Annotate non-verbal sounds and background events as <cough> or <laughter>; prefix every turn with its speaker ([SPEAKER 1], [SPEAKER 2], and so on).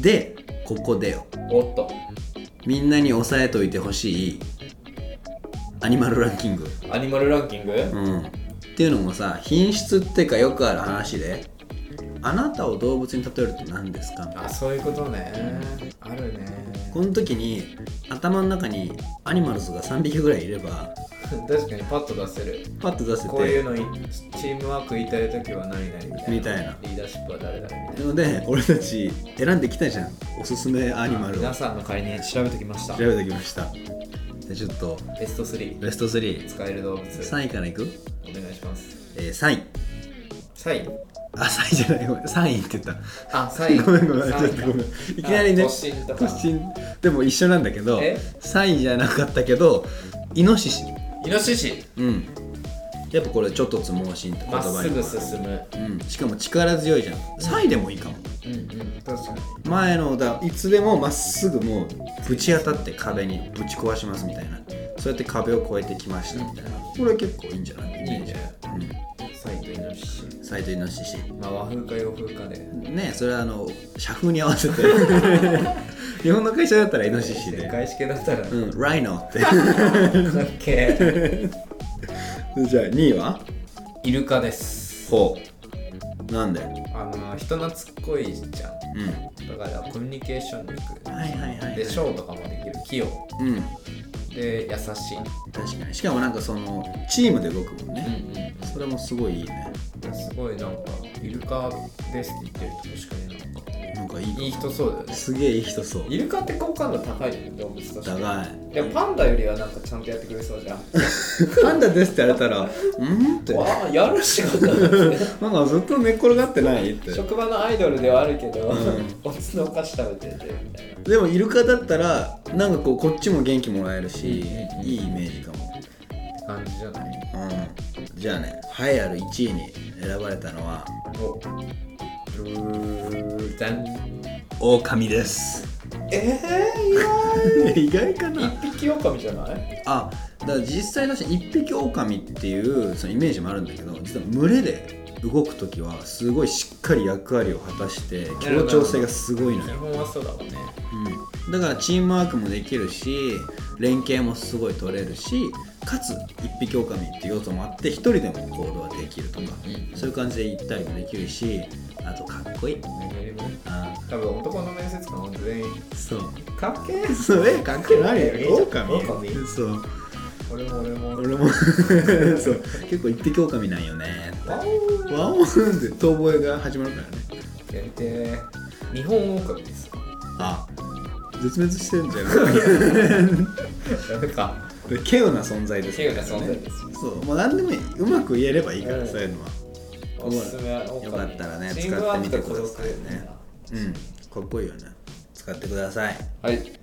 [SPEAKER 1] でここでよ
[SPEAKER 2] おっと
[SPEAKER 1] みんなに押さえといてほしいアニマルランキング、
[SPEAKER 2] アニマルランキング
[SPEAKER 1] うん、っていうのもさ品質ってかよくある話であなたを動物に例えると何ですか
[SPEAKER 2] あそういうことねあるね
[SPEAKER 1] この時に頭の中にアニマルズが3匹ぐらいいれば
[SPEAKER 2] 確かにパッと出せる
[SPEAKER 1] パッと出せて
[SPEAKER 2] こういうのいチームワーク言いたい時は何々みたいな
[SPEAKER 1] みたいな
[SPEAKER 2] リーダーシップは誰だみたいな
[SPEAKER 1] なので俺たち選んできたじゃんおすすめアニマルを
[SPEAKER 2] 皆
[SPEAKER 1] 調
[SPEAKER 2] さんの代わりに調べてきました
[SPEAKER 1] べてきましたでちょっと
[SPEAKER 2] ベスト3
[SPEAKER 1] ベスト33
[SPEAKER 2] 使える動物
[SPEAKER 1] 位からいく、
[SPEAKER 2] お願いします
[SPEAKER 1] えー、3位
[SPEAKER 2] 3位
[SPEAKER 1] あ3位じゃないごめん3位って言った
[SPEAKER 2] あ3位
[SPEAKER 1] ごめんごめん、ちょ
[SPEAKER 2] 3
[SPEAKER 1] っ
[SPEAKER 2] 位
[SPEAKER 1] と
[SPEAKER 2] か
[SPEAKER 1] ごめん。いきなりね
[SPEAKER 2] あ、突進とか
[SPEAKER 1] 突進、でも一緒なんだけど、
[SPEAKER 2] え
[SPEAKER 1] 3位じゃなかったけど、イノシシ。
[SPEAKER 2] イノシシ
[SPEAKER 1] うん。やっぱこれ、ちょっとつ盲信って言
[SPEAKER 2] まっ
[SPEAKER 1] 葉
[SPEAKER 2] す
[SPEAKER 1] に
[SPEAKER 2] ぐ
[SPEAKER 1] も。
[SPEAKER 2] 進む
[SPEAKER 1] うん、しかも力強いじゃん。3位でもいいかも。
[SPEAKER 2] うんうん確かに
[SPEAKER 1] 前のだ、いつでもまっすぐもうぶち当たって壁にぶち壊しますみたいな。そうやって壁を越えてきましたみたいな。これ結構いいんじゃない
[SPEAKER 2] いいね
[SPEAKER 1] う
[SPEAKER 2] サイとイノシシ
[SPEAKER 1] ん。サイトイノシシ。
[SPEAKER 2] まあ和風か洋風かで
[SPEAKER 1] ねそれはあの、社風に合わ
[SPEAKER 2] <laughs>
[SPEAKER 1] せて。日本の会社だったらイノシシで
[SPEAKER 2] 世。界式だったらかっ
[SPEAKER 1] うん、ライノって。 <laughs>
[SPEAKER 2] けー
[SPEAKER 1] じゃあ2位は
[SPEAKER 2] イルカです
[SPEAKER 1] ほう。なんで
[SPEAKER 2] あの人懐っこいじゃん
[SPEAKER 1] うん。
[SPEAKER 2] だからコミュニケーション力
[SPEAKER 1] はいはいはい。
[SPEAKER 2] でショーとかもできる器用
[SPEAKER 1] うん。
[SPEAKER 2] で優しい
[SPEAKER 1] 確かに。しかもなんかその、チームで動くもんね。
[SPEAKER 2] う
[SPEAKER 1] それもすごいいいね。
[SPEAKER 2] んうんすごいなんかイルカですって言ってると確かになんか
[SPEAKER 1] なんかいい。
[SPEAKER 2] いい人そうだよね
[SPEAKER 1] すげえいい人そう。
[SPEAKER 2] イルカって好感度高いよね動物として
[SPEAKER 1] 高い。
[SPEAKER 2] いやパンダよりはなんかちゃんとやってくれそうじゃん
[SPEAKER 1] パンダですって言われたら、うんって。
[SPEAKER 2] わあやる仕事なんですね
[SPEAKER 1] なんかずっと寝っ転がってないって。
[SPEAKER 2] <laughs> 職場のアイドルではあるけど、
[SPEAKER 1] ん
[SPEAKER 2] おつのお菓子食べててみたいな
[SPEAKER 1] でもイルカだったら、なんかこう、こっちも元気もらえるし、
[SPEAKER 2] うんうん
[SPEAKER 1] いいイメージかも。
[SPEAKER 2] 感じじゃない
[SPEAKER 1] うん。じゃあね、栄えある1位に選ばれたのは、
[SPEAKER 2] おうーざん
[SPEAKER 1] 狼です。
[SPEAKER 2] え
[SPEAKER 1] <laughs>
[SPEAKER 2] ー、
[SPEAKER 1] 意外か
[SPEAKER 2] 意
[SPEAKER 1] な
[SPEAKER 2] 外一匹狼じゃない
[SPEAKER 1] あだから実際だし一匹狼っていうそのイメージもあるんだけど実は群れで動く時はすごいしっかり役割を果たして協調性がすごいの
[SPEAKER 2] 基
[SPEAKER 1] よ、
[SPEAKER 2] 本はそうだもんね
[SPEAKER 1] うん、だからチームワークもできるし連携もすごい取れるしかつ一匹狼っていう要素もあって一人でも行動はできるとか
[SPEAKER 2] うん
[SPEAKER 1] そういう感じで行ったりもできるしあとかっこいい
[SPEAKER 2] 何よりもね
[SPEAKER 1] あ
[SPEAKER 2] 多分男の面接官は全員
[SPEAKER 1] そう
[SPEAKER 2] かっけ
[SPEAKER 1] <laughs>
[SPEAKER 2] ー
[SPEAKER 1] そうえかっこない
[SPEAKER 2] いいじゃ
[SPEAKER 1] よ
[SPEAKER 2] ん
[SPEAKER 1] 狼
[SPEAKER 2] 狼
[SPEAKER 1] そう
[SPEAKER 2] 俺も俺も
[SPEAKER 1] 俺も <laughs> そう結構一匹狼なんよね
[SPEAKER 2] ワオー
[SPEAKER 1] ワンオンって遠吠えが始まるからね
[SPEAKER 2] やりてー日本狼です
[SPEAKER 1] あ絶滅してんじゃん
[SPEAKER 2] ダメか
[SPEAKER 1] 稀有な存在です
[SPEAKER 2] 稀有な存在です
[SPEAKER 1] そうもう何でもいいうまく言えればいいから、
[SPEAKER 2] うん
[SPEAKER 1] そういうのは
[SPEAKER 2] おすすめは狼
[SPEAKER 1] よかったらね
[SPEAKER 2] チームワーク
[SPEAKER 1] 使
[SPEAKER 2] と
[SPEAKER 1] ってみてくださいね
[SPEAKER 2] 孤
[SPEAKER 1] うん
[SPEAKER 2] 独
[SPEAKER 1] かっこいいよね使ってください
[SPEAKER 2] はい